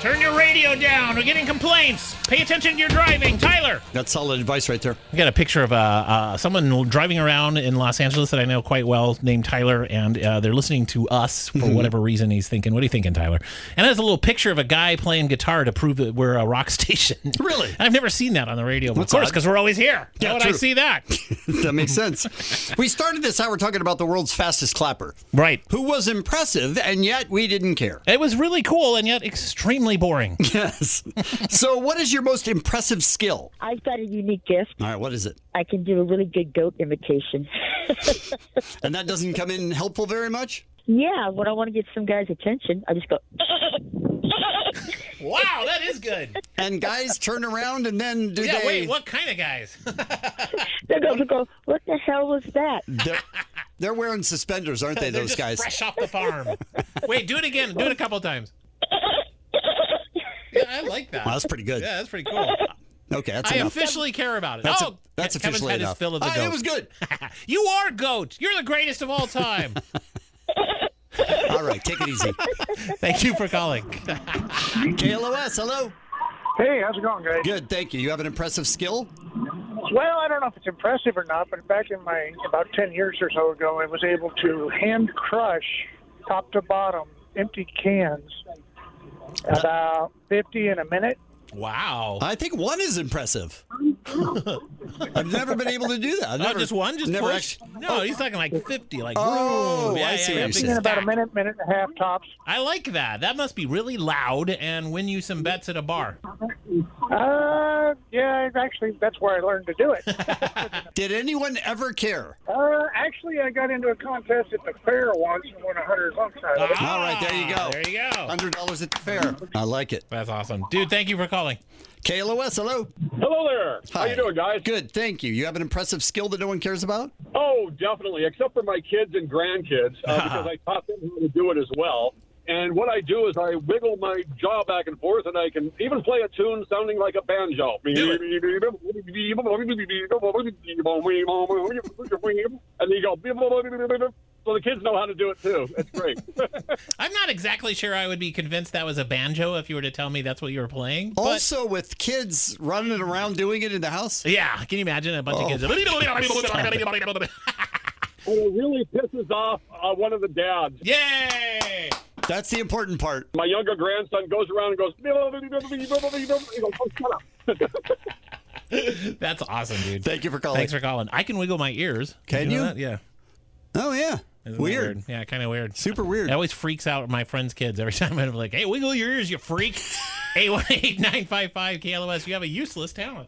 Turn your radio down. We're getting complaints. Pay attention to your driving, Tyler. That's solid advice right there. I got a picture of uh, uh, someone driving around in Los Angeles that I know quite well, named Tyler, and uh, they're listening to us for whatever reason. He's thinking, "What are you thinking, Tyler?" And there's a little picture of a guy playing guitar to prove that we're a rock station. Really? I've never seen that on the radio. But of That's course, odd. because we're always here. Yeah, Why would I true. see that? that makes sense. We started this hour talking about the world's fastest clapper, right. who was impressive, and yet we didn't care. It was really cool and yet extremely boring. Yes. so, what is your most impressive skill? I've got a unique gift. All right, what is it? I can do a really good goat imitation. And that doesn't come in helpful very much? yeah, when I want to get some guy's attention, I just go. wow, that is good. And guys turn around and then do Yeah. they. Wait, what kind of guys? They go, they go. What the hell was that? They're, they're wearing suspenders, aren't they, They're those just guys? fresh off the farm. Wait, do it again. Do it a couple of times. Yeah, I like that. Wow, that's pretty good. Yeah, that's pretty cool. Okay, that's I enough. officially care about it. That's, oh, that's Kevin's officially had his enough. fill of the Ah, goat. It was good. you are goat. You're the greatest of all time. All right, take it easy. Thank you for calling. KLOS, hello. Hey, how's it going, guys? Good, thank you. You have an impressive skill? Well, I don't know if it's impressive or not, but back in my about 10 years or so ago, I was able to hand crush top to bottom empty cans about 50 in a minute. Wow. I think one is impressive. I've never been able to do that. I've Oh, never, just one? Just never push? actu- no, he's talking like 50. Like, Oh, boom. Yeah, I yeah, yeah, see what you're big saying. In about a stack. minute, minute and a half tops. I like that. That must be really loud and win you some bets at a bar. Uh, yeah, actually, that's where I learned to do it. Did anyone ever care? Uh, actually, I got into a contest at the fair once and won 100 bucks out of it. Ah, All right, there you go. There you go. Hundred dollars at the fair. I like it. That's awesome. Dude, thank you for calling. KLOS, hello. Hello there. How Hi. you doing, guys? Good, thank you. You have an impressive skill that no one cares about. Oh, definitely. Except for my kids and grandkids, uh, because I taught them how to do it as well. And what I do is I wiggle my jaw back and forth, and I can even play a tune sounding like a banjo. And you go. So the kids know how to do it too. It's great. I'm not exactly sure I would be convinced that was a banjo if you were to tell me that's what you were playing. but- also, with kids running around doing it in the house. yeah, can you imagine a bunch Oh, of kids? and it really pisses off uh, one of the dads. Yay! That's the important part. My younger grandson goes around and goes. He goes oh, shut up. That's awesome, dude. Thank you for calling. Thanks for calling. I can wiggle my ears. Can you? know that? Yeah. oh yeah, Isn't that weird. Yeah, kind of weird. super weird. It always freaks out my friends' kids every time I'm like, hey, wiggle your ears, you freak. 818 955 KLOS, you have a useless talent.